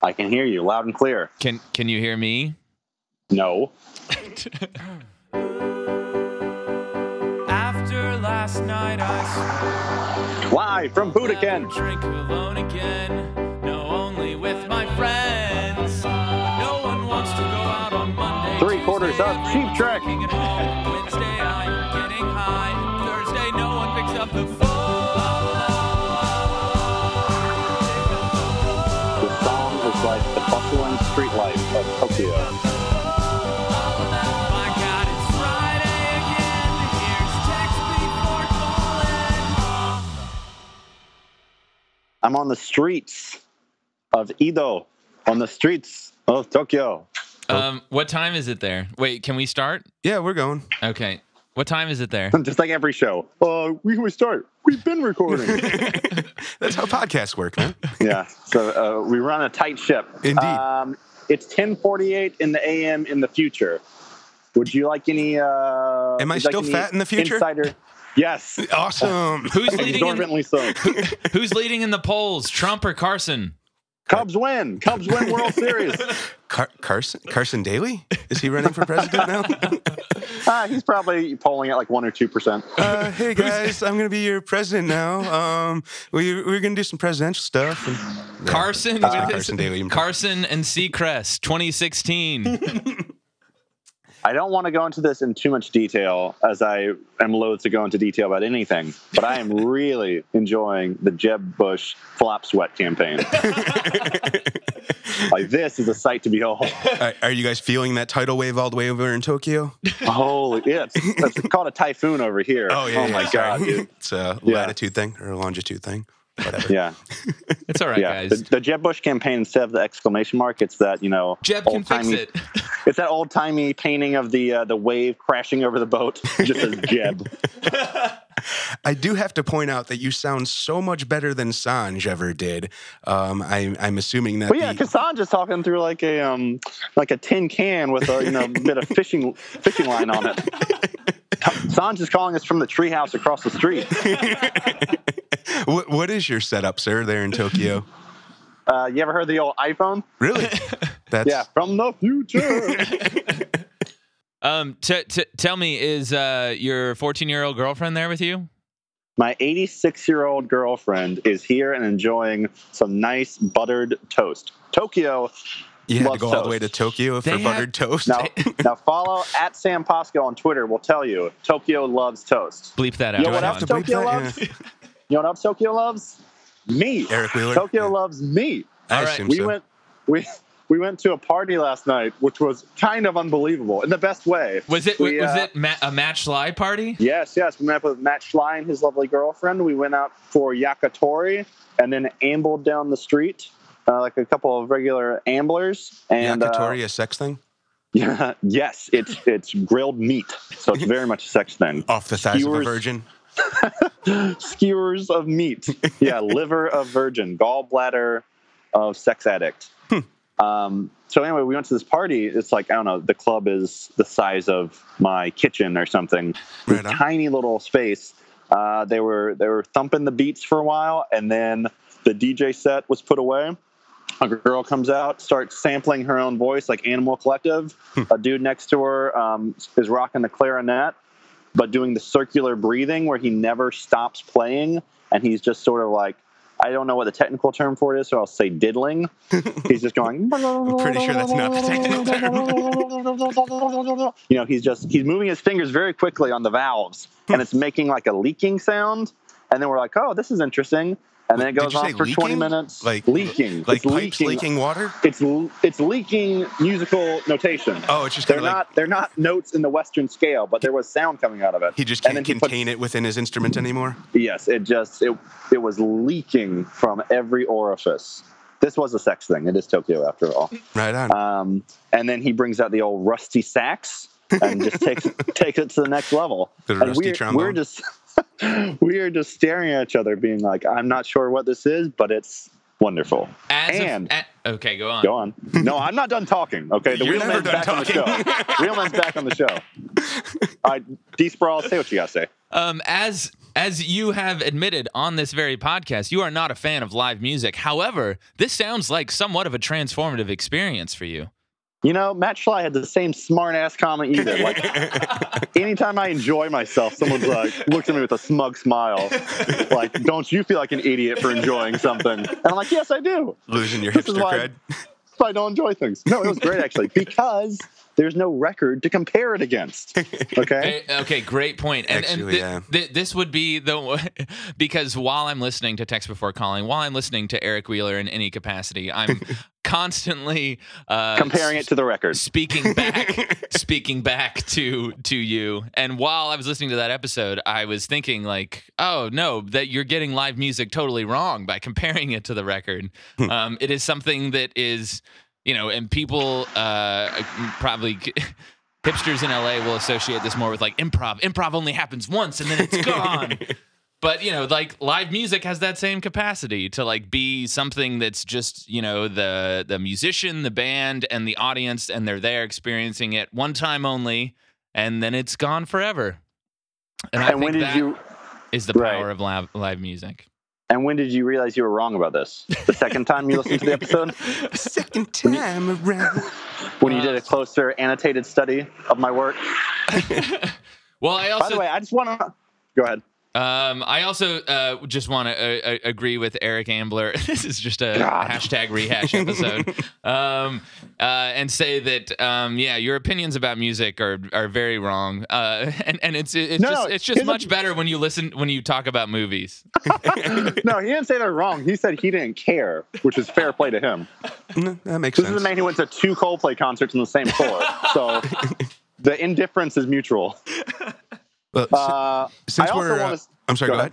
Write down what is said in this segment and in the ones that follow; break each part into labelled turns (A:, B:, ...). A: I can hear you loud and clear.
B: Can can you hear me?
A: No.
C: After last night, I
A: Live from
C: swear I
A: Budokan.
C: won't drink alone again. No, only with my friends. No one wants to go out on Monday.
A: Three quarters
C: Tuesday,
A: up,
C: everyone's
A: Cheap Trick.
C: drinking at home. Wednesday, I'm getting high. Thursday, no one picks up the phone.
A: The song is like the bustling street life of Tokyo.
C: My God, it's Friday again. Here's text before calling.
A: I'm on the streets of Edo, on the streets of Tokyo.
B: Um, what time is it there? Wait, can we start?
D: Yeah, we're going.
B: Okay. What time is it there?
A: Just like every show. Uh, we can we start. We've been recording.
D: That's how podcasts work, man.
A: yeah. So uh, we run a tight ship.
D: Indeed.
A: Um, it's 10:48 in the a.m. in the future. Would you like any? Uh,
D: Am I
A: would you
D: still
A: any
D: fat in the future?
A: Insider. Yes.
D: Awesome.
B: Who's leading in,
A: Exorbitantly so.
B: Who's leading in the polls? Trump or Carson?
A: Cubs win. Cubs win World Series.
D: Car- Carson Carson Daly? Is he running for president now?
A: Uh, he's probably polling at like one or two percent.
D: uh, hey guys, I'm gonna be your president now. Um, we we're gonna do some presidential stuff. And, Yeah,
A: Uh,
B: Carson,
D: it's been
B: with his-
D: Carson Daly.
B: Carson and Seacrest, 2016.
A: I don't want to go into this in too much detail, as I am loath to go into detail about anything. But I am really enjoying the Jeb Bush flop sweat campaign. like this is a sight to behold.
D: are, are you guys feeling that tidal wave all the way over in Tokyo?
A: Holy, yeah, it's, it's called a typhoon over here.
B: Oh,
A: Oh my
D: sorry.
A: god, dude.
D: it's a
A: Yeah.
D: latitude thing or a longitude thing. Whatever.
A: Yeah,
B: It's all right,
A: yeah. The,
B: guys.
A: the Jeb Bush campaign instead of the exclamation mark, it's that you know
B: Jeb can fix
A: old-timey-
B: it.
A: It's that old timey painting of the uh, the wave crashing over the boat. It Just says Jeb.
D: I do have to point out that you sound so much better than Sanj ever did. Um, I, I'm assuming that.
A: But yeah,
D: the-
A: Cassandra's talking through like a um like a tin can with a you know bit of fishing fishing line on it. Sanj is calling us from the treehouse across the street.
D: what, what is your setup, sir, there in Tokyo?
A: Uh, you ever heard the old iPhone?
D: really? That's
A: Yeah, from the future.
B: Um, t- t- tell me, is uh, your 14 year old girlfriend there with you?
A: My 86 year old girlfriend is here and enjoying some nice buttered toast. Tokyo.
D: you had to
A: Love
D: go all the way to
A: toast.
D: Tokyo
B: They
D: for
B: have-
D: buttered toast.
A: Now, now follow at Sam Posco on Twitter. Will tell you Tokyo loves toast.
B: Bleep that out.
A: You
D: Do
A: know
D: I
A: what
D: have
A: else
D: to bleep
A: Tokyo
D: that?
A: loves? You know what else Tokyo loves? Me.
D: Eric Wheeler.
A: Tokyo
D: Yeah.
A: loves me.
D: I
B: All right.
D: assume
A: we
D: so.
A: went we we went to a party last night which was kind of unbelievable in the best way
B: Was it
A: We,
B: was
A: uh,
B: it ma- a match lie party?
A: yes yes we met up with matt schley and his lovely girlfriend we went out for yakitori and then ambled down the street uh, like a couple of regular amblers and uh,
D: Yakitori, a sex thing?
A: yeah, yes it's it's grilled meat so it's very much a sex thing
D: Off the thighs of a
A: skewers-
D: virgin.
A: skewers of meat. Yeah, liver of virgin, gallbladder of sex addict.
D: Hmm.
A: Um, so anyway, we went to this party. It's like I don't know. The club is the size of my kitchen or something. This
D: Right on.
A: tiny little space. Uh, they were they were thumping the beats for a while, and then the DJ set was put away. A girl comes out, starts sampling her own voice like Animal Collective. A dude next to her um, is rocking the clarinet but doing the circular breathing where he never stops playing and he's just sort of like I don't know what the technical term for it is, so I'll say diddling. He's just going. I'm
D: pretty sure that's not the technical
A: term. You know, he's just he's moving his fingers very quickly on the valves, and
D: Hmm.
A: it's making like a leaking sound. And then we're like, "Oh, this is interesting." And then it
D: Did
A: goes
D: you
A: on
D: say
A: for twenty
D: leaking?
A: minutes,
D: Like-
A: leaking,
D: Like
A: it's
D: pipes
A: leaking.
D: leaking, water?
A: It's l- it's leaking musical notation.
D: Oh, it's just
A: They're
D: kind of like
A: not they're not notes in the Western scale, but there was sound coming out of it.
D: he just
A: and
D: can't
A: then he put-
D: contain it within his instrument anymore.
A: Yes, it just it it was leaking from every orifice. This was a sex thing. It is Tokyo after all.
D: Right on.
A: Um, and then he brings out the old rusty sax and just takes takes it to the next level.
D: The
A: And
D: rusty
A: we're,
D: trombone.
A: We're just we are just staring at each other, being like, "I'm not sure what this is, but it's wonderful."
B: As a-
A: and-
B: a- okay, go on.
A: Go on. No, I'm not done talking. Okay, the
D: You're
A: real
D: never
A: man's
D: done
A: back on the show. real man's back on the show. All right, D Sprawl, say what you got to say.
B: Um, as As you have admitted on this very podcast, you are not a fan of live music. However, this sounds like somewhat of a transformative experience for you.
A: You know, Matt Schley had the same smart ass comment you did. Like, anytime I enjoy myself, someone's like, looks at me with a smug smile. Like, don't you feel like an idiot for enjoying something? And I'm like, yes, I do.
D: Losing your
A: This is
D: hipster
A: why-
D: cred.
A: That's why I don't enjoy things. No, it was great, actually, because there's no record to compare it against. Okay.
B: Eh, Okay, great point. And, and
D: Actually,
B: thi-
D: yeah.
B: thi- this would be the one- because while I'm listening to Text Before Calling, while I'm listening to Eric Wheeler in any capacity, I'm constantly uh,
A: Comparing it to the record.
B: speaking back speaking back to to you and while i was listening to that episode i was thinking like oh no that you're getting live music totally wrong by comparing it to the record um, it is something that is you know and people uh probably hipsters in la will associate this more with like improv improv only happens once and then it's gone but you know like live music has that same capacity to like be something that's just you know the the musician the band and the audience and they're there experiencing it one time only and then it's gone forever and i
A: And
B: think
A: when did
B: that
A: you
B: is the
A: right.
B: power of live, live music
A: and when did you realize you were wrong about this? The second time you listened to the episode?
D: Second time around.
A: When you did a
D: Uh,
A: closer annotated study of my work.
B: well i also
A: By the way, I just wanna go ahead.
B: Um, I also uh, just want to uh, uh, agree with Eric Ambler. this is just a
A: God.
B: hashtag rehash episode, um, uh, and say that um, yeah, your opinions about music are are very wrong, uh, and and it's it's
A: No,
B: just
A: no,
B: it's just
A: here's a-
B: much better when you listen when you talk about movies.
A: No, he didn't say they're wrong. He said he didn't care, which is fair play to him.
D: No, that makes
A: This is
D: sense.
A: the man who went to two Coldplay concerts in the same tour. So the indifference is mutual.
D: Well, si-
A: Uh,
D: since
A: I also
D: we're, uh,
A: wanna-
D: I'm sorry.
A: go
D: Go
A: ahead.
D: ahead.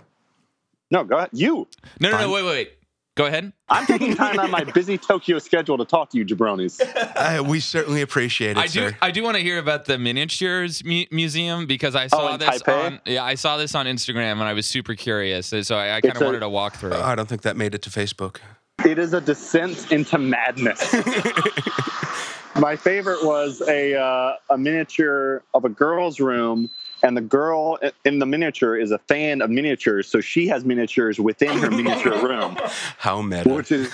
A: no, go ahead. You.
B: No, no,
D: Fine.
B: no, wait, wait, wait. Go ahead.
A: I'm taking time out of my busy Tokyo schedule to talk to you, jabronis.
D: Uh, we certainly appreciate it,
B: I do.
D: sir.
B: I do want to hear about the miniatures mu- museum because I saw
A: Oh, in
B: this
A: Taipei?
B: on. Yeah, I saw this on Instagram and I was super curious, so I, I kind
A: It's
B: of
A: a-
B: wanted to walk through.
D: Oh, I don't think that made it to Facebook.
A: It is a descent into madness. My favorite was a uh, a miniature of a girl's room, and the girl i- in the miniature is a fan of miniatures, so she has miniatures within her miniature room,
D: How meta.
A: which is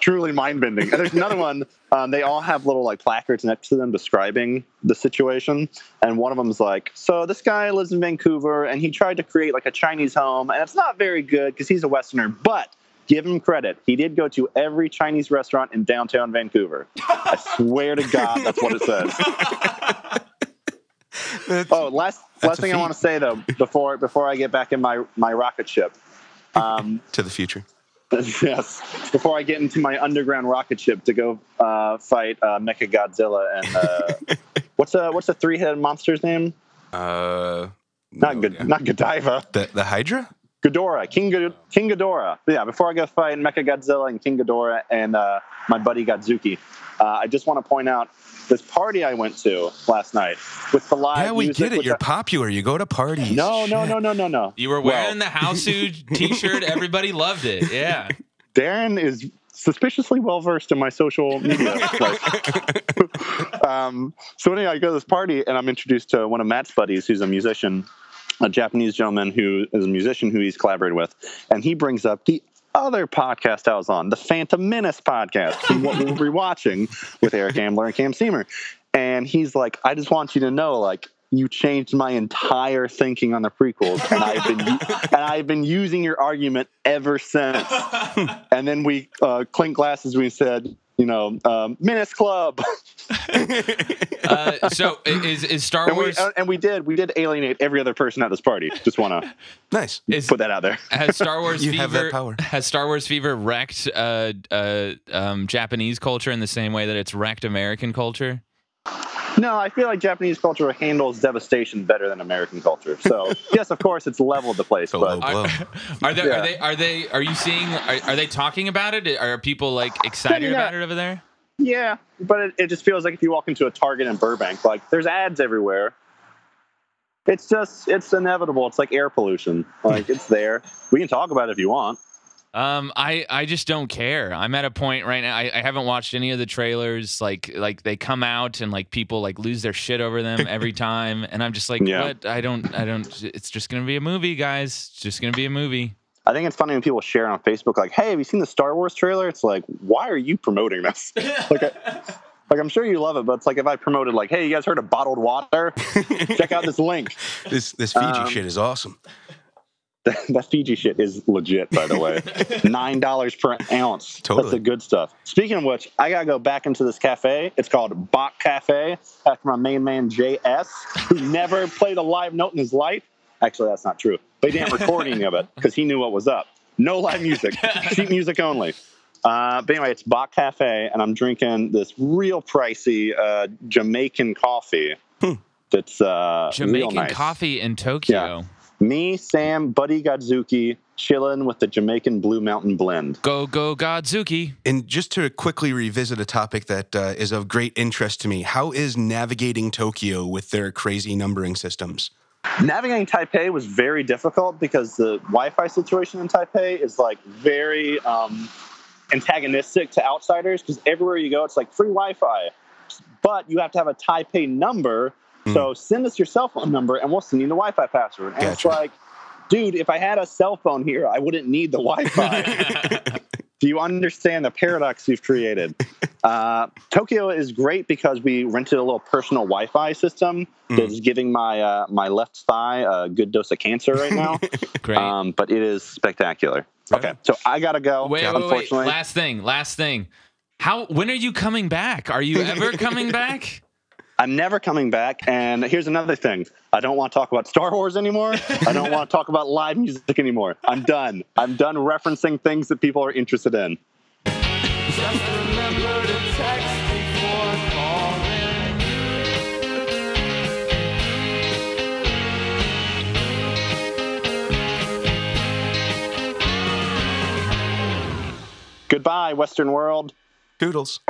A: truly mind bending. And there's another one. Um, they all have little like placards next to them describing the situation, and one of them's like, "So this guy lives in Vancouver, and he tried to create like a Chinese home, and it's not very good because he's a Westerner, but." give him credit. He did go to every Chinese restaurant in downtown Vancouver. I swear to God, that's what it says.
D: That's-
A: Oh, last last
D: a
A: thing I
D: feat.
A: want to say though, before before I get back in my my rocket ship. Um,
D: to the future.
A: yes, before I get into my underground rocket ship to go uh, fight uh, Mecha Godzilla and uh, what's a what's a three headed monster's name?
D: Uh,
A: Not
D: no,
A: good,
D: yeah.
A: not Godiva.
D: The, the Hydra?
A: Ghidorah, King
D: Oh.
A: Ghid- King Ghidorah. Yeah, before I go fight Mecha Godzilla and King Ghidorah and uh, my buddy Godzuki, uh, I just want to point out this party I went to last night with the live
D: yeah, we
A: music.
D: get it.
A: with
D: You're
A: the-
D: popular. You go to parties.
A: no, no,
D: Shit.
A: no, no, no, no.
B: You were
A: Well-
B: wearing the Houseu t-shirt. Everybody loved it. Yeah.
A: Darren is suspiciously well versed in my social media. like- um, so anyway, I go to this party and I'm introduced to one of Matt's buddies, who's a musician, a Japanese gentleman who is a musician who he's collaborated with, and he brings up the other podcast I was on, the Phantom Menace podcast, what we'll be watching with Eric Ambler and Cam Seamer. And he's like, I just want you to know, like, you changed my entire thinking on the prequels, and I've been and I've been using your argument ever since and then we uh, clinked glasses. We said, you know, um, Menace Club,
B: Uh, so i- is is Star
A: and we
B: Wars
A: uh, and we did we did alienate every other person at this party. Just want to
D: Nice.
B: is,
A: put that out there.
B: has Star Wars
D: You
B: fever
D: have that power.
B: has Star Wars fever wrecked uh, uh, um, Japanese culture in the same way that it's wrecked American culture?
A: No, I feel like Japanese culture handles devastation better than American culture. So yes, of course, it's leveled the place,
D: So
A: but
D: low blow.
B: Are there
A: Yeah.
B: are they are they are you seeing are, are they talking about it? Are people like excited
A: Yeah.
B: about it over there?
A: yeah, but it, it just feels like if you walk into a Target in Burbank, like there's ads everywhere. It's just it's inevitable. It's like air pollution. Like it's there. We can talk about it if you want.
B: Um, I I just don't care. I'm at a point right now. I, I haven't watched any of the trailers. Like like they come out and like people like lose their shit over them every time, and I'm just like,
A: Yeah.
B: what? I don't I don't. It's just gonna be a movie, guys. It's just gonna be a movie.
A: I think it's funny when people share on Facebook, like, "Hey, have you seen the Star Wars trailer?" It's like, why are you promoting this? like, I, like I'm sure you love it, but it's like if I promoted, like, "Hey, you guys heard of bottled water? Check out this link."
D: This this Fiji
A: Um,
D: shit is awesome.
A: that, that Fiji shit is legit, by the way. Nine dollars per ounce.
D: Totally.
A: That's the good stuff. Speaking of which, I gotta go back into this cafe. It's called Bach Cafe after my main man JS, who never played a live note in his life. Actually, that's not true. They didn't recording of it because he knew what was up. No live music, sheet music only. Uh, but anyway, it's Bach Cafe, and I'm drinking this real pricey uh, Jamaican coffee. That's uh, real
B: Jamaican
A: nice.
B: coffee in Tokyo.
A: Me, Sam, Buddy Godzuki, chilling with the Jamaican Blue Mountain Blend.
B: Go go Godzuki.
D: And just to quickly revisit a topic that uh, is of great interest to me, how is navigating Tokyo with their crazy numbering systems?
A: Navigating Taipei was very difficult because the Wi-Fi situation in Taipei is like very um, antagonistic to outsiders because everywhere you go, it's like free Wi-Fi, but you have to have a Taipei number. So send us your cell phone number, and we'll send you the Wi-Fi password. And it's
D: Gotcha.
A: like, dude, if I had a cell phone here, I wouldn't need the Wi-Fi. Do you understand the paradox you've created? Uh, Tokyo is great because we rented a little personal Wi-Fi system that's giving my uh, my left thigh a good dose of cancer right now.
B: Great.
A: um, but it is spectacular. Okay, so I gotta go.
B: wait, wait, wait.
A: unfortunately,
B: Last thing. Last thing. How? When are you coming back? Are you ever coming back?
A: I'm never coming back. And here's another thing: I don't want to talk about Star Wars anymore. I don't want to talk about live music anymore. I'm done. I'm done referencing things that people are interested in.
C: Just remember to text before calling.
A: Goodbye, Western world.
D: Toodles.